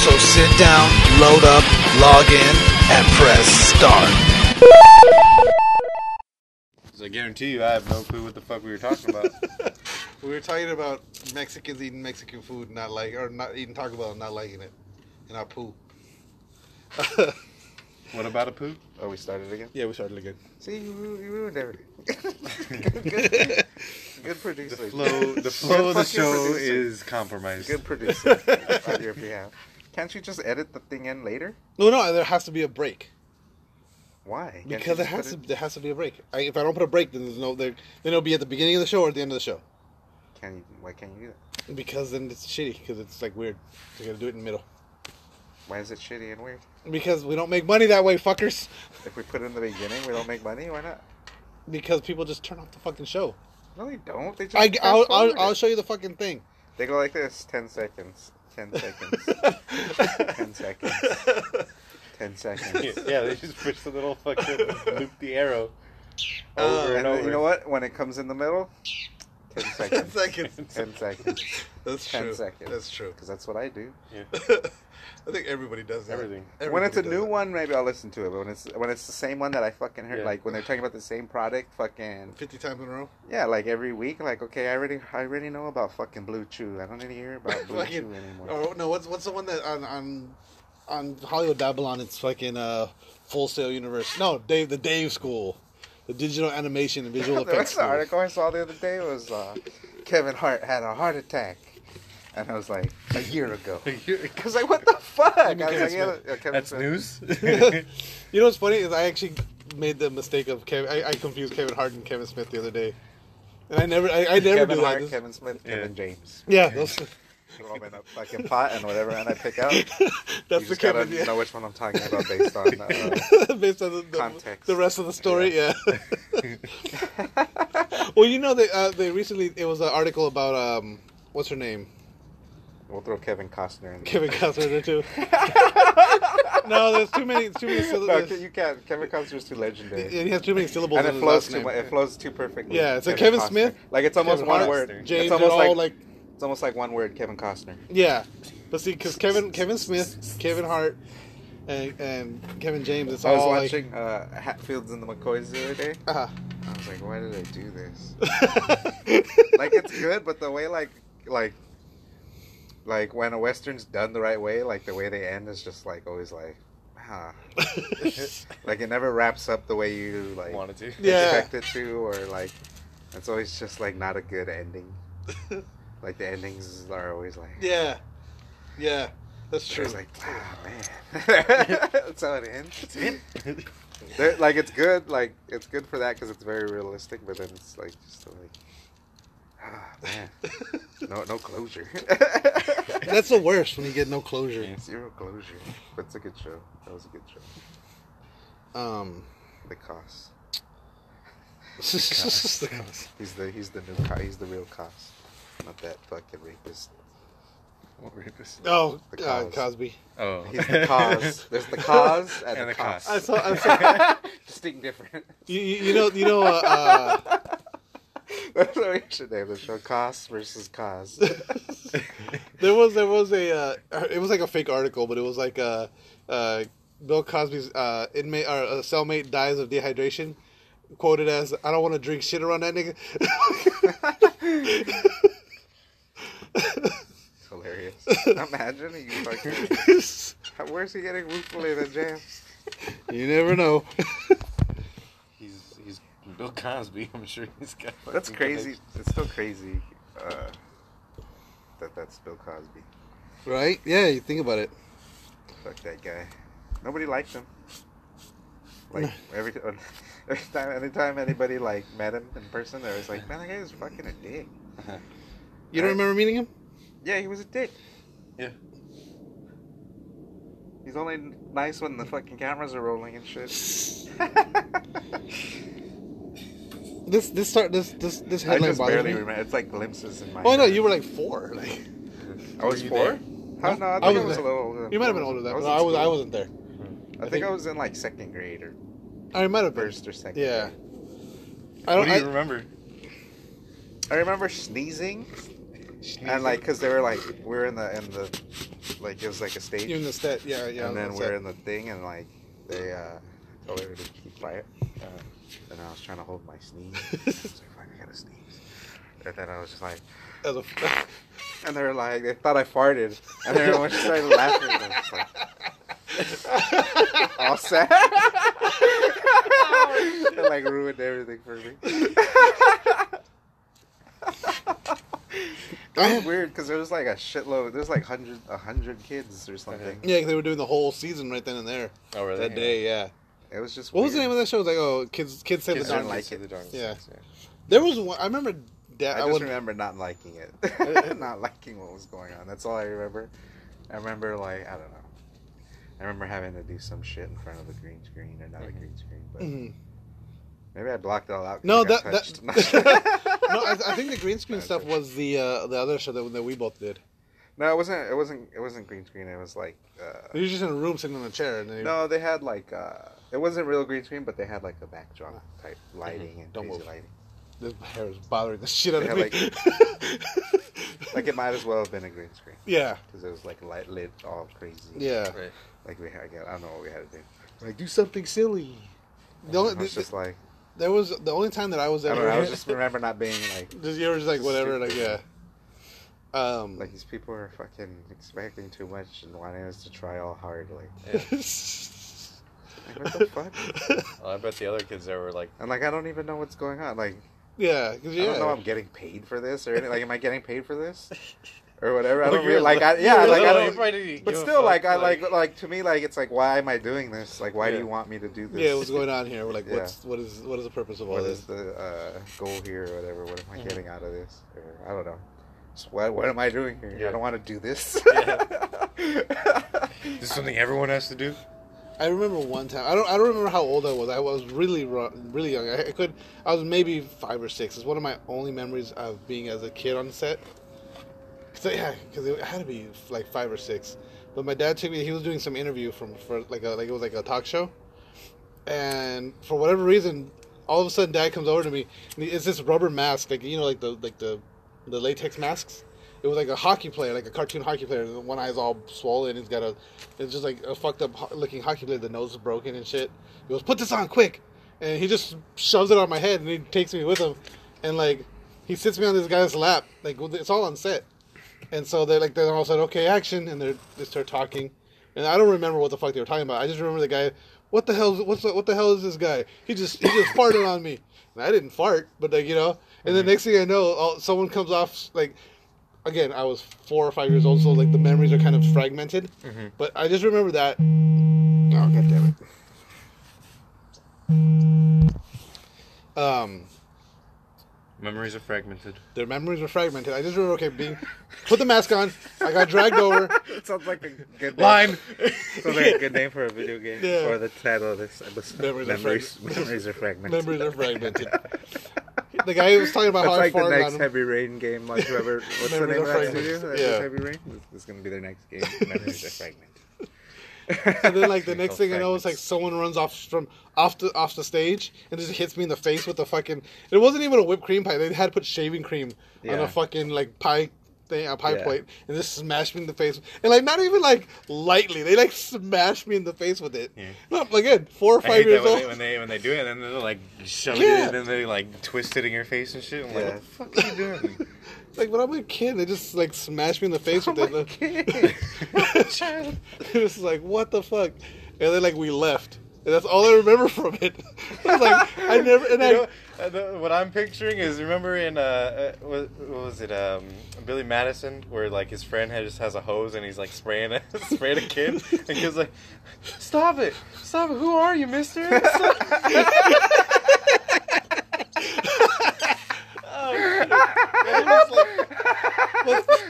So sit down, load up, log in, and press start. Because I guarantee you, I have no clue what the fuck we were talking about. We were talking about Mexicans eating Mexican food, and not like, or not eating Taco Bell, and not liking it, and I poop. what about a poop? Oh, we started again. Yeah, we started again. See, you, ru- you ruined everything. good, good producer. The flow, the flow of the Fuck your show producer. is compromised. Good producer on your behalf. Can't you just edit the thing in later? No, no, there has to be a break Why? Can't you because there just has to put there has to be a break. I, if I don't put a break, then there's no there. Then it'll be at the beginning of the show or at the end of the show it- Can you? Why can't you do that? because then it's shitty because it's like weird. You gotta do it in the middle Why is it shitty and weird? because we don't make money that way, fuckers. If we put it in the beginning, we don't make money. Why not? Because people just turn off the fucking show. No, they don't. They just. I, I'll, fast forward I'll, it. I'll show you the fucking thing. They go like this: ten seconds, ten seconds, ten seconds, ten seconds. yeah, they just push the little fucking loop the arrow Oh, over and, and over. you know what? When it comes in the middle, ten Ten seconds, seconds. ten seconds, That's ten true. seconds. That's true. Because that's what I do. I think everybody does that. Everything. when it's a Everybody new does one, maybe I'll listen to it. But when it's when it's the same one that I fucking heard, Yeah. like when they're talking about the same product, fucking that. fifty times in a row. yeah, like every week, like okay, I already I already know about fucking Blue Chew. I don't need to hear about Blue Chew Fucking- anymore. Or Oh, no, what's what's the one that on on on Hollywood Babylon? It's fucking uh, Full Sail Universe. No, Dave the Dave School, the digital animation and visual there effects. was an School. article I saw the other day. It was uh, Kevin Hart had a heart attack, and I was like a year ago. I was like, what the fuck? I was like, yeah, yeah, Kevin That's Smith. news. You know what's funny is I actually made the mistake of Kevin. I, I confused Kevin Hart and Kevin Smith the other day, and I never I, I never Kevin do Hart, that. Kevin Smith, Kevin James. Yeah, those, Throw 'em in a fucking pot and whatever, and I pick out. You that's the just gotta Kevin. Yeah. know which one I'm talking about based on. Uh, based on the, the, Context. the rest of the story. Yeah. well, you know they uh, they recently it was an article about um what's her name We'll throw Kevin Costner in. there. Kevin Costner in there too. no, there's too many too many No, syllables. Ke- you can't. Kevin Costner's too legendary. he has too many syllables. And it in his flows last too. name. Much, it flows too perfectly. Yeah, it's like Kevin Costner. Smith, Like it's almost Kevin one Hart, word. James, it's almost they're all, like- it's almost like one word. Kevin Costner. Yeah, but see, because Kevin Kevin Smith, Kevin Hart, and, and Kevin James, it's I was all watching uh, Hatfields and the McCoys the other day. like. uh I was like, why did I do this? like it's good, but the way like like like when a western's done the right way, like the way they end is just like always like, huh. like it never wraps up the way you like Wanted to. Yeah. expect it to, or like it's always just like not a good ending. like the endings are always like, Yeah, yeah, that's Sure. true. It's like, ah, man. That's how it ends. They're- like, it's good. Like, it's good for that because it's very realistic. But then it's like, just like, ah, man. No, no closure. that's the worst when you get no closure. Zero closure. That's a good show. That was a good show. Um, The cost. what He's the he's the new cost. He's the real cost. Not that fucking rapist. What rapist? oh, The God, cause. Cosby. Oh, He's the cause. There's the cause and, the, cost. I saw. I saw Distinct different. you, you you know. You know. Uh, uh, That's what we should name the show. Cost versus cause. uh, there was there was a uh, it was like a fake article, but it was like uh, uh, Bill Cosby's uh, inmate or uh, cellmate dies of dehydration, quoted as "I don't want to drink shit around that nigga." It's hilarious. Imagine you fucking. Where's he getting roofed in jail? you never know. he's he's Bill Cosby. I'm sure he's got. That's fucking crazy. connections. It's still crazy uh, that that's Bill Cosby. right? Yeah, you think about it. Fuck that guy. Nobody liked him. Like every every time, anytime anybody like met him in person, they was like, "Man, that guy is fucking a dick." You don't Right. remember meeting him? Yeah, he was a dick. Yeah. He's only nice when the fucking cameras are rolling and shit. This this start this this this I headline just bothers barely me. remember. It's like glimpses in my. Oh no, head. you were like four. Like I was Were you four. there? How, no, I I wasn't think I was, a there. little older. than you might have four. been older than I that. was, No, in I was I school. wasn't there. I think, I was in like second grade or I might have been. first or second. Yeah. grade. I What don't. do you I, remember? I remember sneezing, and like because they were like we were in the in the like it was like a stage, you in the set? Yeah, yeah. I and was on then we we're set. in the thing, and like they uh told everybody to keep quiet, uh, and I was trying to hold my sneeze. I was like, Fuck, I gotta sneeze. And then I was just like, As a- and they were like, they thought I farted, and everyone just started laughing. I was just like, all sad. it like ruined everything for me. it was weird because there was like a shitload. There's like hundred, a hundred kids Uh-huh. or something. yeah, 'cause they were doing the whole season right then and there Oh, were that day. Yeah. It was just. What was the weird. name of that show? It was like oh, kids, kids save Kids the didn't darkness. like like it. it. The darkness, Yeah. There was one. I remember. Dad, I I, just would. remember not liking it, not liking what was going on. That's all I remember. I remember like I don't know. I remember having to do some shit in front of a green screen or not a green screen, but Mhm. maybe I blocked it all out. 'cause No, I got that- that- touched. No, I, I think the green screen stuff was the uh, the other show that, that we both did. no, it wasn't. It wasn't. It wasn't green screen. It was like uh, You were just in a room sitting on a chair and then you- no, they had like uh, it wasn't real green screen, but they had like a backdrop type lighting and Ah. Mm-hmm. Don't crazy move. lighting. this hair is bothering the shit out Yeah, of me. Like it might as well have been a green screen yeah, because it was like light lit all crazy. yeah. Right. Like we had. I don't know what we had to do. Like do something silly. The only I was just like. there was the only time that I was I don't know. ever I was just remember not being like, just you were just like whatever like yeah. Stupid. Um, like these people are fucking expecting too much and wanting us to try all hard. Like, like, what the fuck? Well, I bet the other kids there were like, And like, I don't even know what's going on. Like, yeah, 'cause I don't know. yeah. I'm getting paid for this or anything. Like, am I getting paid for this or whatever? I Well, don't you're really like. I, li- yeah, you're like I little, you don't. probably didn't But give a still, like fuck, I like, like to me, like it's like, why am I doing this? Like, why do Yeah. you want me to do this? Yeah, what's going on here? We're like, Yeah. what's what is what is the purpose of all what this? is the uh, goal here or whatever? What am I Mm-hmm. getting out of this? Or, I don't know. So what, what am I doing here? Yeah. I don't want to do this. This is something everyone has to do. I remember one time. I don't. I don't remember how old I was. I was really, ro- really young. I, I could. I was maybe five or six. It's one of my only memories of being as a kid on set. So yeah, because it had to be like five or six. But my dad took me. He was doing some interview from for like a like it was like a talk show, and for whatever reason, all of a sudden, dad comes over to me. And he- it's this rubber mask, like you know, like the like the the latex masks. It was like a hockey player, like a cartoon hockey player. and One eye's all swollen. He's got a, it's just like a fucked up ho- looking hockey player. The nose is broken and shit. He goes, "Put this on quick," and he just shoves it on my head and he takes me with him, and like he sits me on this guy's lap. Like it's all on set, and so they're like they're all said, "Okay, action," and they're they start talking, and I don't remember what the fuck they were talking about. I just remember the guy, "What the hell? What's the, what the hell is this guy? He just he just farted on me." And I didn't fart, but like you know. And the next thing I know, all, someone comes off like again, I was four or five years old, so like the memories are kind of fragmented. But I just remember that. Oh god damn it! Um, Memories are fragmented. their memories were fragmented. I just remember okay, being put the mask on. I got dragged over. Sounds like a good name. Line. Sounds like a good name for a video game Yeah. or the title of this episode. Memories are memories, memories are fragmented. Memories are fragmented. The guy who was talking about That's how I like the farted next on him. Heavy Rain game. Like whoever, what's the Memories name are of that fragmented. studio? that did Yeah. Heavy Rain. This, this is gonna be their next game. Memories are fragmented. And then like the It's next called thing I know, it's like fragments. someone runs off from off the off the stage and just hits me in the face with a fucking. It wasn't even a whipped cream pie. They had put shaving cream on Yeah. a fucking like pie thing, a pie Yeah. plate, and just smashed me in the face. And like not even like lightly, they like smashed me in the face with it. Yeah. No, again, four or I hate five that years when old. they, when they when they do it, and then they like shove it, Yeah. in, and then they like twist it in your face and shit. I'm Yeah. like, what the fuck are you doing? Like when I'm a kid, they just like smashed me in the face with it. Child. it was like, what the fuck? And then like we left. And that's all I remember from it. I was like, I never, and I, You know, uh, the- what I'm picturing is remember in uh, uh what, what was it um Billy Madison where like his friend had, just has a hose and he's like spraying a, spraying a kid and kid's like stop it stop it who are you mister Stop it." Oh, shit. And it was like-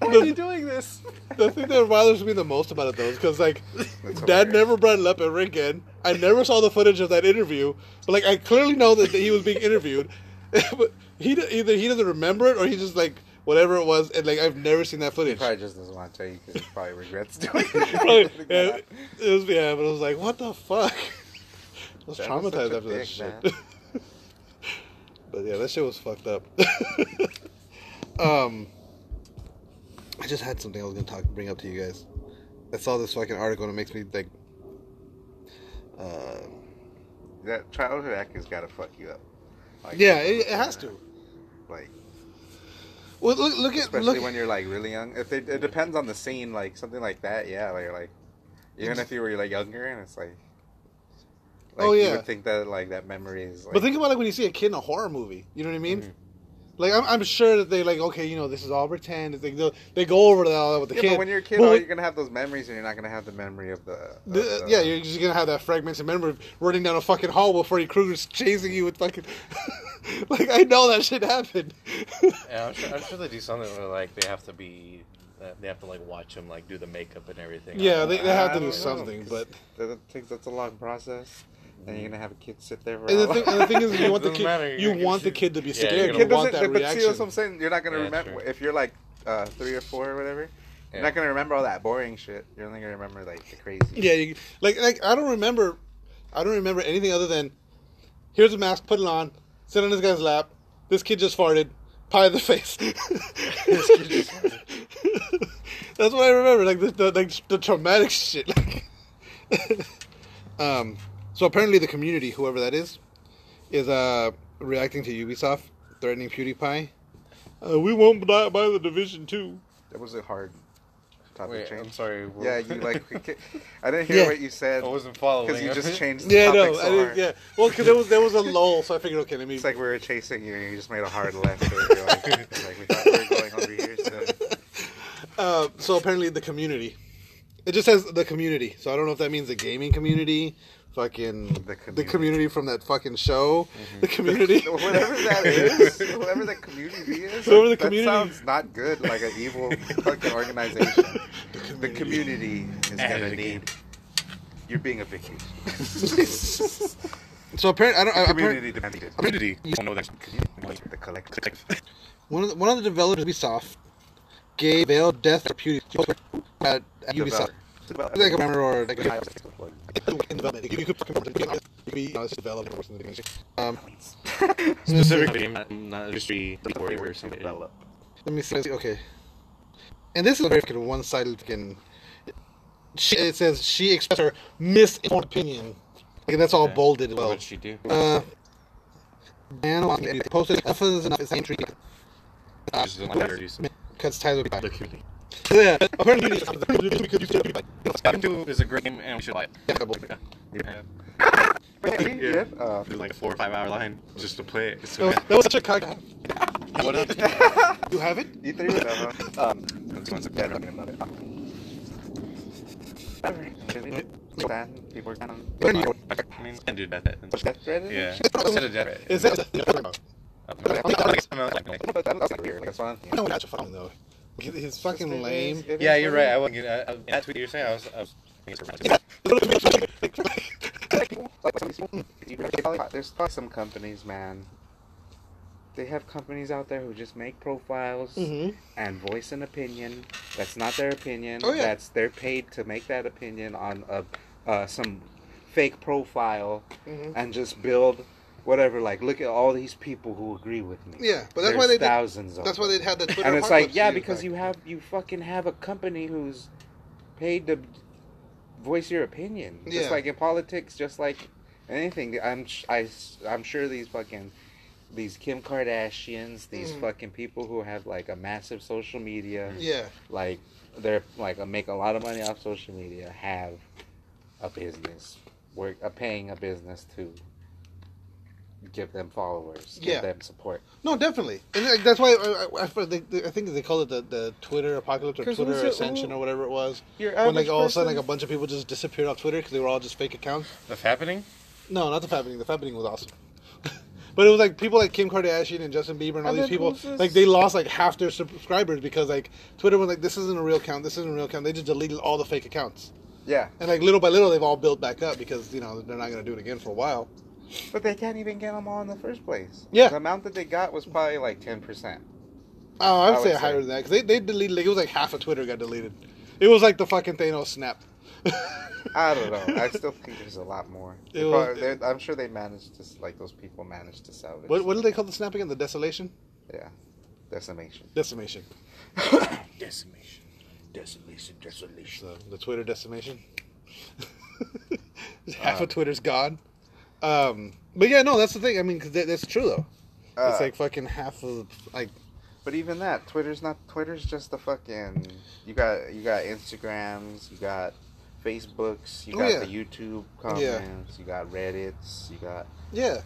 Why are you doing this? The thing that bothers me the most about it though is because like That's Dad hilarious. never brought it up ever again. I never saw the footage of that interview, but like I clearly know that he was being interviewed. but he d- either he doesn't remember it or he just like whatever it was, and like I've never seen that He footage. probably just doesn't want to tell you because he probably regrets doing it. Probably- yeah, it was yeah, but I was like, what the fuck? I was That was such traumatized a after that dick, shit. but yeah, that shit was fucked up. um, I just had something I was gonna talk bring up to you guys. I saw this fucking article and it makes me like. Uh, that childhood actor's got to fuck you up. Like, yeah, it, it has to. Like, Well, look, look at especially look. when you're like really young. If they, it depends on the scene, like something like that. Yeah, like like even if you were like younger, and it's like, like Oh, you yeah. would think that like that memory is. Like, but think about like when you see a kid in a horror movie. You know what I Mm-hmm. mean? Like I'm, I'm sure that they like okay, you know, this is all pretend. They go, they go over that all that with the yeah, kid. but when you're a kid, But all when- you're gonna have those memories, and you're not gonna have the memory of the. of The, the- yeah, you're just gonna have that fragmented memory of running down a fucking hall while Freddy Krueger's chasing you with fucking. like I know that shit happened. Yeah, I'm sure, I'm sure they do something where like they have to be, uh, they have to like watch him like do the makeup and everything. yeah, they, they have I to don't do know, something, 'cause but that that takes that's a long process, and you're gonna have a kid sit there. For Mm. and a the while. thing, and the thing is, you want the Doesn't kid, matter, you're you gonna want the get kid to be shit. Yeah, scared. you're you It gonna want that doesn't- But see what I'm reaction. saying? You're not gonna Yeah, remember true. if you're like uh, three or four or whatever. You're Yeah. not gonna remember all that boring shit. You're only gonna remember like the crazy. Yeah, you, like like I don't remember, I don't remember anything other than, here's a mask, put it on, sit on this guy's lap. This kid just farted, pie in the face. That's what I remember, like the, the like the traumatic shit. Like, um, so apparently the community, whoever that is, is uh reacting to Ubisoft threatening PewDiePie. Uh, we won't buy, buy the division two. That was a hard topic Wait, change. I'm sorry. we're- Yeah, you like. I didn't hear Yeah. what you said. I wasn't following. Because you just changed the Yeah, topic no, so I didn't, hard. yeah. Well, because there was there was a lull, so I figured, okay, let me. It's like we were chasing you, and you just made a hard left. You're like, like, we thought we were going over here. So. Uh, so apparently, the community. It just says the community, so I don't know if that means the gaming community, fucking the community, community. from that fucking show, the community. Whatever that is, whatever the community is, Whoever the that community- sounds not good. Like an evil fucking organization. The community is gonna need. You're being evicted. so apparently, I don't. I, apparently, Community dependent. community. You don't know that. The collective. one of the, one of the developers of Ubisoft gave veiled death to PewDiePie at, at Ubisoft. Develop- Like a member or like a, develop- in development. You could you could be you know, it's developed or something. Um, Specifically, not, not industry or something. develop. Let me see. let's see, Okay. And this is a very fucking one-sided fucking. She, it says she expressed her misinformed opinion. Like, that's all bolded as well. What'd she do? Uh, Dan Watson, and he posted emphasis enough is entry Just don't let her do something. cuts ties with The people. community. Yeah, apparently it's because you still people. Skyrim 2 is a great game, and we should like. Yeah. Yeah. Yeah. Uh, There's like a four or five hour line just to play it. It's That was, so that was such a cock. what up? You have it? you E three would know, huh? Um, yeah, Yeah, talking about it. Stan, people can- I mean, I do that. What's that thread? Yeah. Instead Instead of death. Is that? No, But that looks like weird, like, that's fine. that's fucking though. He's fucking lame. It Yeah, is you're what it right. I wasn't. Getting, I, I, that's what you're saying. I was. I was like some of these people- you really probably- there's probably some companies, man. They have companies out there who just make profiles Mm-hmm. Mhm. and voice an opinion that's not their opinion. Oh, yeah. That's they're paid to make that opinion on a uh, some fake profile Mm-hmm. and just build whatever. Like, look at all these people who agree with me. Yeah, but that's There's why they did- thousands of That's why them. they had that Twitter. and it's like apocalypse yeah years because back. you have you fucking have a company who's paid to voice your opinion Yeah. just like in politics just like anything i'm sh- I, am sure these fucking these kim kardashians these fucking people who have like a massive social media Mm. Yeah. like they're like make a lot of money off social media have a business work uh, paying a business to give them followers give Yeah. them support No, definitely. And like, that's why uh, I, I, I, for- they, they- I think they called it the, the Twitter apocalypse or 'Cause Twitter who's it- ascension who- or whatever it was. Your When like average all of a sudden like person- a bunch of people just disappeared off Twitter because they were all just fake accounts. that's happening. No, not the fappening. The fappening was awesome. But it was like people like Kim Kardashian and Justin Bieber and all And these then people, who's this- like they lost like half their subscribers because like Twitter was like, this isn't a real account, this isn't a real account. They just deleted all the fake accounts. Yeah, And like little by little, they've all built back up because you know they're not gonna do it again for a while. but they can't even get them all in the first place. Yeah. the amount that they got was probably like ten percent. Oh, I would, I would say, say. higher than that because they, they deleted like it was like half of Twitter got deleted. It was like the fucking Thanos snap. I don't know. I still think there's a lot more. They It was- probably- they're- I'm sure they managed to, like those people managed to salvage. What what do they call the snap again? The desolation, Yeah, decimation. decimation. Decimation. Desolation. Desolation. So the Twitter decimation. Half Uh. of Twitter's gone. Um, but yeah, no, that's the thing. I mean, 'cause that, that's true though. Uh, it's like fucking half of like But even that, Twitter's not. Twitter's just the fucking. You got you got Instagrams, you got Facebooks, you Oh, got yeah. the YouTube comments, you got Reddit's, you got yeah.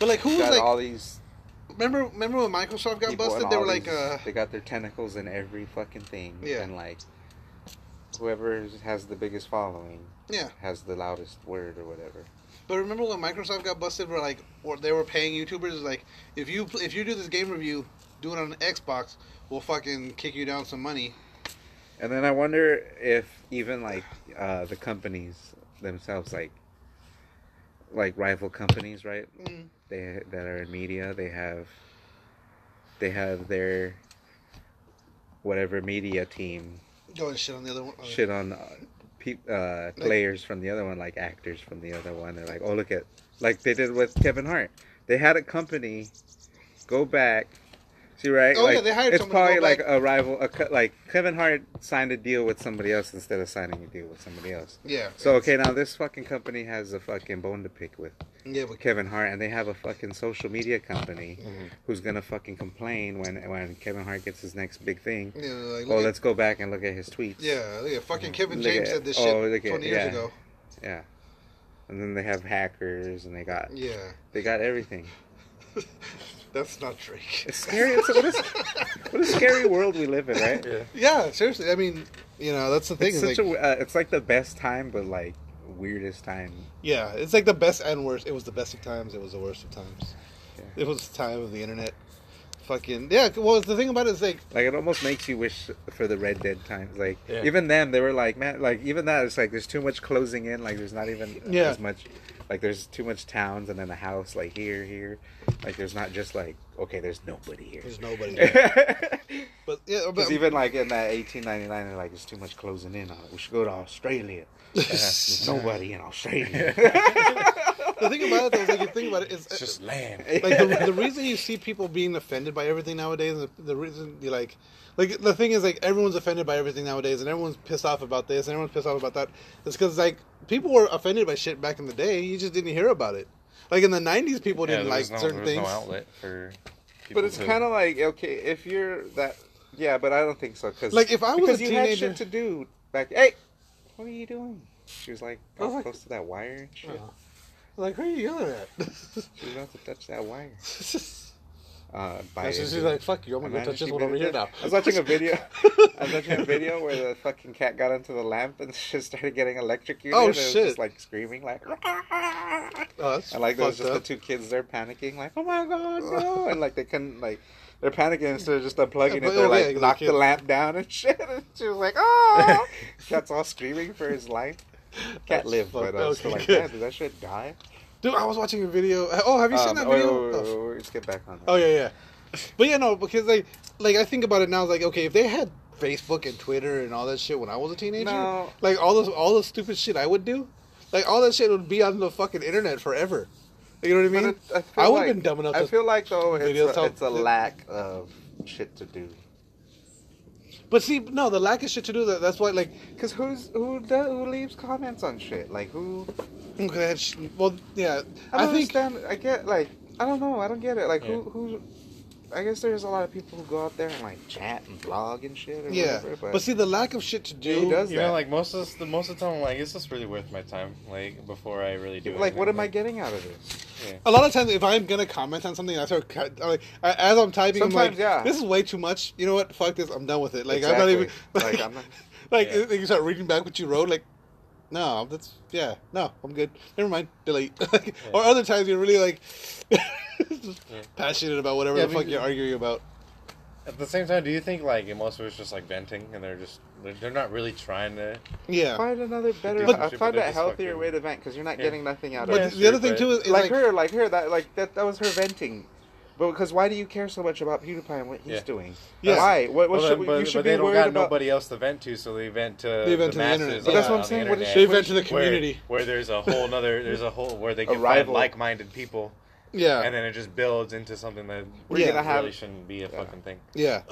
But like, who you was got like? all these. remember, remember when Microsoft got people and busted? They all were like, these- uh, they got their tentacles in every fucking thing. Yeah. And like, whoever has the biggest following yeah. has the loudest word or whatever. But remember when Microsoft got busted? Were like, or they were paying YouTubers like, if you if you do this game review, do it on Xbox, we'll fucking kick you down some money. And then I wonder if even like uh, the companies themselves, like like rival companies, right? Mm. They that are in media, they have they have their whatever media team Go and shit on the other one. shit on uh, peop uh, players from the other one, like actors from the other one. They're like, oh look at like they did with Kevin Hart. They had a company go back. See right? Oh, like, yeah, they hired It's someone to go probably like back. a rival. A, co- like Kevin Hart signed a deal with somebody else instead of signing a deal with somebody else. Yeah, So okay, now this fucking company has a fucking bone to pick with yeah, but Kevin Hart, and they have a fucking social media company Mm-hmm. who's gonna fucking complain when when Kevin Hart gets his next big thing. yeah, like, Oh, look at- let's go back and look at his tweets. Yeah, look at fucking Kevin Look James at- said this oh, shit look at- 20 years yeah. ago. Yeah. And then they have hackers and they got Yeah, they got everything. that's not Drake. It's scary. It's, what, is, what a scary world we live in, right? Yeah, seriously. I mean, you know, that's the thing. It's is, such like, a uh, it's like the best time, but like weirdest time. yeah, it's like the best and worst. It was the best of times. It was the worst of times. Yeah. It was the time of the internet. Fucking yeah. Well, the thing about it is like Like it almost makes you wish for the Red Dead times. Like Yeah. even them, they were like, man, like even that, it's like there's too much closing in. Like there's not even Yeah. as much. Like there's too much towns and then a house like here, here. Like there's not just like okay, there's nobody here. there's nobody. Because But yeah, but even like in that 1899, they're like, there's too much closing in on it. We should go to Australia. There's nobody in Australia. the thing about it though is like you think about it is It's just land. like the, the reason you see people being offended by everything nowadays the, the reason you like like the thing is like everyone's offended by everything nowadays and everyone's pissed off about this and everyone's pissed off about that it's because like people were offended by shit back in the day you just didn't hear about it like in the 90s people Yeah, didn't there was like no- there certain was things No outlet for people But it's to- kind of like okay, if you're that, yeah, but I don't think so because Like, if I was a you had teenager- shit to do back. Hey, what are you doing? She was like all close to that wire and shit. Oh. like who are you yelling at She was about to touch that wire. she's Uh, by like fuck you i'm gonna go touch this one over here now I was watching a video. I was watching a video where the fucking cat got into the lamp and she started getting electrocuted. Oh, and It was shit. just like screaming, like. oh, that's And like there was fucked just the up. two kids there panicking, like, oh my god, no! And like they couldn't like they're panicking instead of just unplugging But- it. They're oh, yeah, like the knock kid- the lamp down and shit. And she was like, oh, cat's all screaming for his life. Cat That's lived, fucked but I was up. still like, Okay, good. yeah, did that shit die? dude i was watching a video oh have you seen Um, that oh, wait, video wait, Oh, wait, wait, wait, let's get back on. that. Oh yeah, yeah. But yeah, no, because like, like I think about it now. Like, okay, if they had Facebook and Twitter and all that shit when I was a teenager, No. like all those all the stupid shit I would do, like all that shit would be on the fucking internet forever. You know what I But mean? it- I, feel I would like- have been dumb enough. I to, feel like though videos it's a, help- it's a lack of shit to do. but see, no, the lack of shit to do that. That's why, like, Cause who's who? Does, who leaves comments on shit? Like who? mm, okay, I had sh- well, yeah, I I, don't think understand. I get like I don't know. I don't get it. Like who who? I guess there's a lot of people who go out there and like chat and blog and shit. Or yeah. whatever, But see, the lack of shit to do. Who does You that? know, like most of the most of the time, I'm like, is this really worth my time? Like before I really do. like what anything. am I getting out of this? A lot of times, if I'm gonna comment on something, I start ca- I, like I- as I'm typing, I'm Sometimes, like, yeah. "This is way too much." You know what? Fuck this. I'm done with it. Like I'm not Exactly. even like, Like, I'm not- like, Yeah. you start reading back what you wrote. Like No, that's yeah. No, I'm good. Never mind. Delete. or other times you're really like just passionate about whatever Yeah, the fuck because- you're arguing about. At the same time, do you think like most of it's just like venting and they're just they're, they're not really trying to? Yeah. Find another better. But- I find They're a just healthier fucking- way to vent because you're not Yeah. getting nothing out of But it. Yeah, the other sure, thing but- too is, is like, like, her, like her. That like that. That was her venting. But because why do you care so much about PewDiePie and what he's Yeah. doing? Yeah. Why? What, what Well, should, then, we- but, you should but be they don't worried got about? nobody else to vent to, so they vent to They the vent to the masses. internet. on- But that's what I'm on the saying, what is internet, they vent to the where- community. Where, there's a whole nother there's a whole where they can find rival. like-minded people, Yeah. and then it just builds into something that We're really gonna have- shouldn't be a fucking thing. Yeah.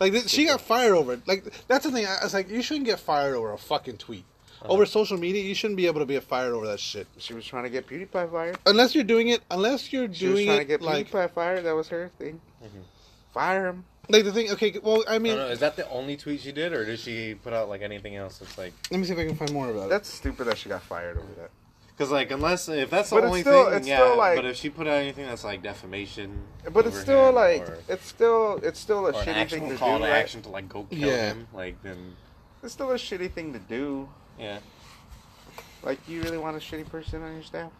Like th- she got fired over it. Like that's the thing. I I was like, you shouldn't get fired over a fucking tweet. Uh-huh. Over social media, you shouldn't be able to be fired over that shit. She was trying to get PewDiePie fired. Unless you're doing it, unless you're She was doing trying to it get like, PewDiePie fired. That was her thing. Mm-hmm. Fire him. like the thing. Okay, well, I I mean, don't know. Is that the only tweet she did, or did she put out like anything else? It's like let me see if I can find more about it. That's stupid that she got fired over that. because like unless if that's the But it's only still- thing, it's yeah. still, like- but if she put out anything that's like defamation, But it's over still him, like or, it's still it's still a or an shitty thing actual to do. call to right? action to like go kill Yeah. him, like then It's still a shitty thing to do. yeah. Like you really want a shitty person on your staff?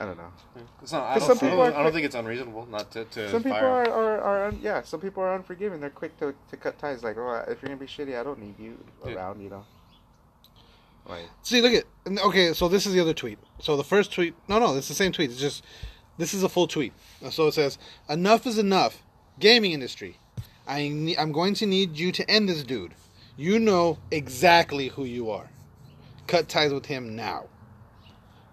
I don't know. It's not, I, Because don't, some I people don't- are- I don't think it's unreasonable not to, to Some people fire are, are, are un, yeah. Some people are unforgiving. They're quick to, to cut ties. Like, oh, if you're gonna be shitty, I don't need you Yeah. around. You know. Like See, look at. and- Okay, so this is the other tweet. So the first tweet. No, no, it's the same tweet. It's just this is a full tweet. So it says, "Enough is enough, gaming industry. I ne- I'm going to need you to end this dude. You know exactly who you are. Cut ties with him now."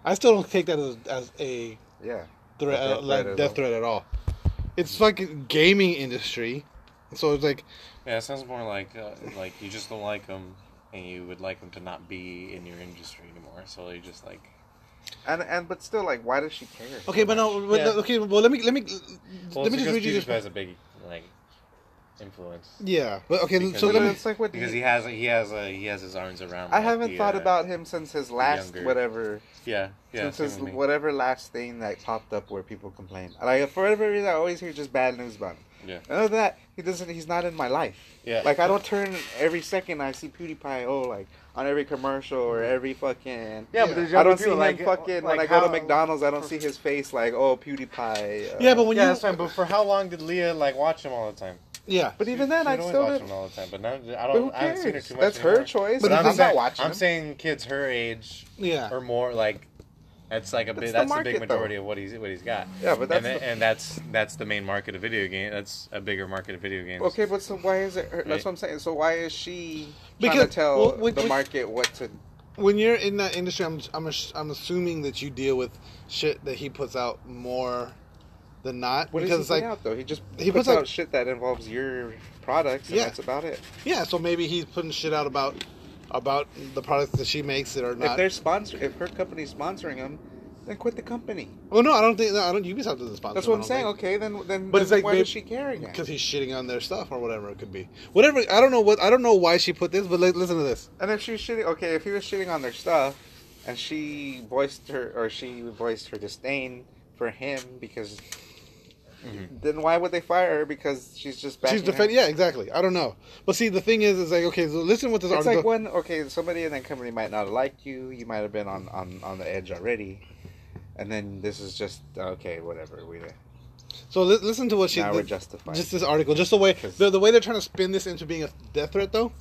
I still don't take that as, as a yeah. threat, Death uh, like threat at death all. threat at all. It's fucking gaming industry. So it's like, Yeah, it sounds more like uh, like you just don't like them, and you would like them to not be in your industry anymore. So you just like And and but still, like, why does she care? so okay, but much? no, but, Yeah. okay, well, let me let me well, let me it's because just read you PewDiePie's this. a big like influence. Yeah, but okay, Because so of let But me. it's like what Because he has he has uh, he has his arms around. I like, haven't the, thought uh, about him since his last younger- whatever Yeah, yeah. since his same with me. whatever last thing that popped up where people complain. Like for whatever reason, I always hear just bad news about him. Yeah. Other than that, he doesn't. He's not in my life. Yeah. Like I don't turn every second I see PewDiePie. Oh, like on every commercial or every fucking. Yeah, but there's I don't other see people, him like- uh, fucking like when I go how- to McDonald's. I don't see his face like oh PewDiePie. Uh, Yeah, but when yeah, you that's fine. But for how long did Leah like watch him all the time? yeah, But even She then, would I always still watch didn't. him all the time. But now I But who don't. I haven't seen her cares? too much. That's her anymore. choice. But But the I'm thing- not saying, watching. I'm him. saying kids her age, Yeah. or more. Like that's like a big. That's That's the the, big market, though. majority of what he's what he's got. Yeah, but that's and, tha- the- and that's that's the main market of video game. That's a bigger market of video games. Okay, but so why is it? Her, Right. That's what I'm saying. So why is she trying Because- to tell well, we- the we- market what to? when you're in that industry, I'm I'm ass- I'm assuming that you deal with shit that he puts out more than not What because is he it's putting like out though? He just he he puts puts, out- out shit that involves your products. And Yeah. that's about it. yeah, so maybe he's putting shit out about about the products that she makes that are if not. they're sponsor, if her company's sponsoring him, then quit the company. Well, no, I don't think no, I don't. Ubisoft doesn't sponsor. That's what I'm saying. Okay, then then. But But it's like why maybe- is she caring? Because he's shitting on their stuff or whatever it could be. Whatever. I don't know what. I don't know why she put this, but li- listen to this. And if she was shitting, okay, if he was shitting on their stuff, and she voiced her or she voiced her disdain for him because. Then why would they fire her? Because she's just backing She's defending. him. Yeah, exactly. I don't know. But see, the thing is, is like okay, so listen what this It's article. like when okay, somebody in that company might not have liked you. You might have been on on on the edge already, and then this is just okay, whatever. We So li- listen to what she. Now the- we're justified. Just this article, just the way 'Cause- the, the way they're trying to spin this into being a death threat, though.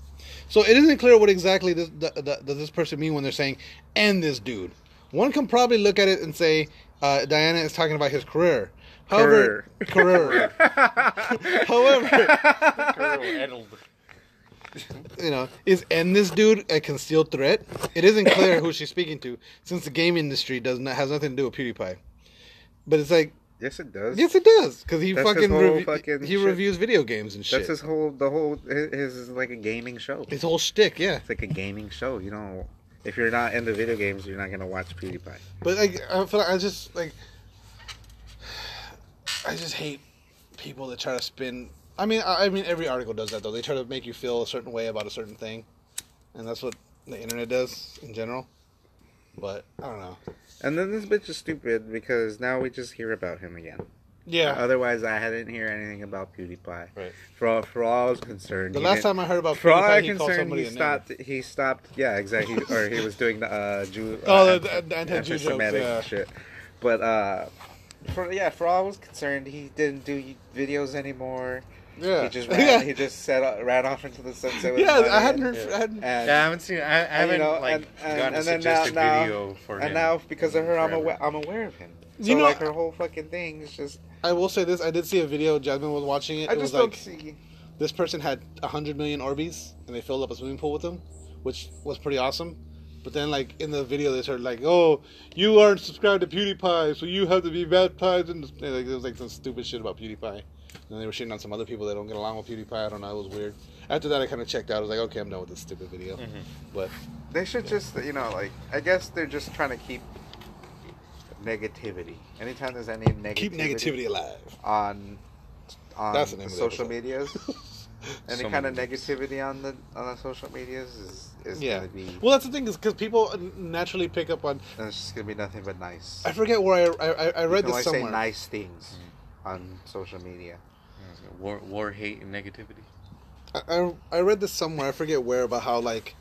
So it isn't clear what exactly this, the, the, does this person mean when they're saying "end this dude." One can probably look at it and say uh, Diana is talking about his career. However, career. However, you know, is "end this dude" a concealed threat? It isn't clear who she's speaking to, since the game industry does not has nothing to do with PewDiePie. But it's like, Yes, it does. yes, it does, because he That's his fucking, whole revi- fucking he shit. reviews video games and shit. That's his whole the whole his, his is like a gaming show. His whole shtick, yeah. It's like a gaming show. You don't if you're not into video games, you're not gonna watch PewDiePie. But like, I feel like I just like, I just hate people that try to spin. I mean, I, I mean, every article does that though. They try to make you feel a certain way about a certain thing, and that's what the internet does in general. But I don't know. And then this bitch is stupid because now we just hear about him again. Yeah. Otherwise, I hadn't hear anything about PewDiePie. Right. For all, for all I was concerned, The he last didn't- time I heard about for all I PewDiePie, he called concerned, somebody he a name. stopped. He stopped. Yeah, exactly. or he was doing the uh, Jew. Oh, uh, the- the- the anti-Jew jokes, anti-Semitic yeah. shit. But uh, for yeah, for all I was concerned, he didn't do videos anymore. Yeah. He just ran, yeah. he just set, ran off into the sunset. With yeah, his I money. hadn't heard. I hadn't, And- Yeah, I haven't seen. I, I haven't you know, like and- and- gotten a and then now- suggested now- video for him. and now because of her, I'm forever. aware. I'm aware of him. So You know- like her whole fucking thing is just. I will say this: I did see a video. Jasmine was watching it. I it was just like don't see. this person had hundred million Orbeez, and they filled up a swimming pool with them, which was pretty awesome. But then, like in the video, they started like, "Oh, you aren't subscribed to PewDiePie, so you have to be baptized." And and, like, there was like some stupid shit about PewDiePie. And they were shitting on some other people that don't get along with PewDiePie. I don't know. It was weird. After that, I kind of checked out. I was like, "Okay, I'm done with this stupid video." But They should just, you know, like I guess they're just trying to keep negativity. Anytime there's any negativity, keep negativity alive. on on That's the the name of the social episode. medias. Any So kind of many negativity on the on the social medias is, is Yeah. gonna be Well, that's the thing is because people naturally pick up on. and it's just gonna be nothing but nice. I forget where I I, I, I you read can this only somewhere. Mm. say nice things on social media. war, war, hate, and negativity. I, I read this somewhere. I forget where about how like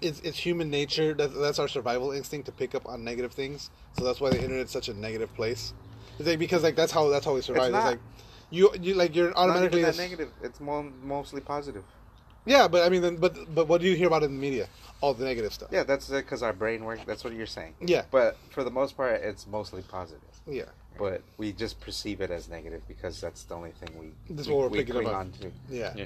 it's it's human nature. That, that's our survival instinct to pick up on negative things. So that's why the internet's such a negative place. It's like, because like that's how that's how we survive. It's, not. like you you like you're Not even automatically that this- negative. It's more, mostly positive. yeah. But I mean, then, but but what do you hear about in the media? All the negative stuff. Yeah, that's because our brain work. That's what you're saying. Yeah. But for the most part, it's mostly positive. yeah. But we just perceive it as negative because that's the only thing we This is we, what we're we picking up cling on. on to. Yeah. Yeah.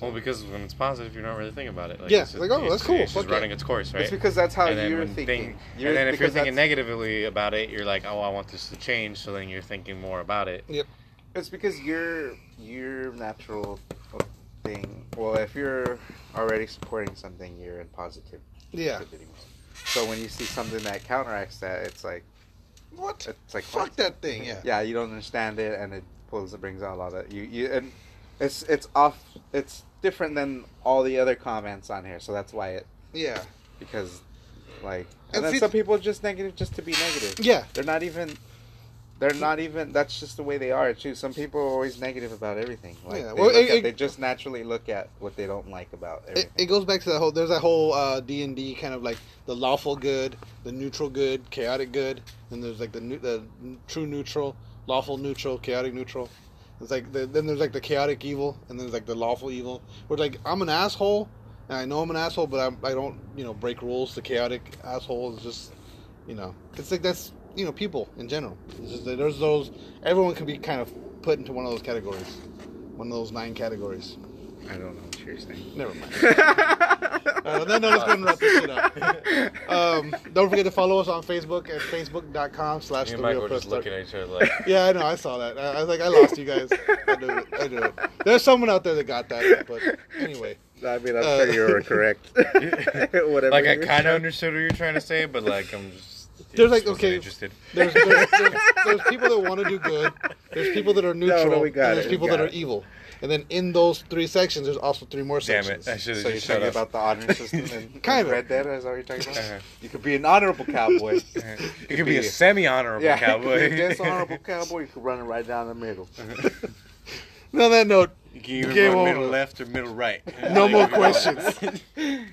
Well, because when it's positive, you're not really thinking about it. Like, Yeah, it's like, oh, it's- that's cool, It's just fuck yeah. running its course, right? It's because that's how and then you're when thinking. thing- You're- and then if you're because thinking that's- negatively about it, you're like, oh, I want this to change. So then you're thinking more about it. Yep. It's because your your natural thing. Well, if you're already supporting something, you're in positive. Yeah. positivity mode. So when you see something that counteracts that, it's like What? it's like Fuck that thing. Yeah. Yeah, you don't understand it, and it pulls it brings out a lot of you. You and it's it's off. It's different than all the other comments on here, so that's why it Yeah. because like and, And then see- some people are just negative just to be negative. Yeah. They're not even. They're not even. That's just the way they are too. Some people are always negative about everything. Like Yeah, they, well, look it- at- it- they just naturally look at what they don't like about It, everything. it goes back to that whole. There's that whole uh, D and D kind of like the lawful good, the neutral good, chaotic good, and there's like the nu- the n- true neutral, lawful neutral, chaotic neutral. It's like the, then there's like the chaotic evil, and then there's like the lawful evil. Where like I'm an asshole, and I know I'm an asshole, but I'm, I don't you know break rules. The chaotic asshole is just you know it's like that's you know people in general. It's just that there's those everyone can be kind of put into one of those categories, one of those nine categories. I don't know what you're saying. Never mind. Uh, no, no, let's go and wrap this shit up. Um, don't forget to follow us on Facebook at facebook.com slash Me the and Michael real were press just start. looking at each other like, Yeah, I know. I saw that. I, I was like, I lost you guys. I knew it. I knew it. There's someone out there that got that. But anyway, I mean, Uh, I'm sure you were correct. Whatever. like I you're- kind of understood what you're trying to say, but like I'm just There's, like, just wasn't okay, interested. there's, there's, there's, there's people that want to do good. There's people that are neutral. we got and there's it, we people got that are it. evil. And then in those three sections, there's also three more Damn sections. it! I should have So you're just shut talking up. about the honor system and Kind kind of. Red Dead? Is that what you're talking about? Uh-huh. You could be an honorable cowboy. You could be a semi-honorable yeah, cowboy. You could be a dishonorable cowboy. You could run it right down the middle. And on that note, You can either Game run over. middle left or middle right. no more questions.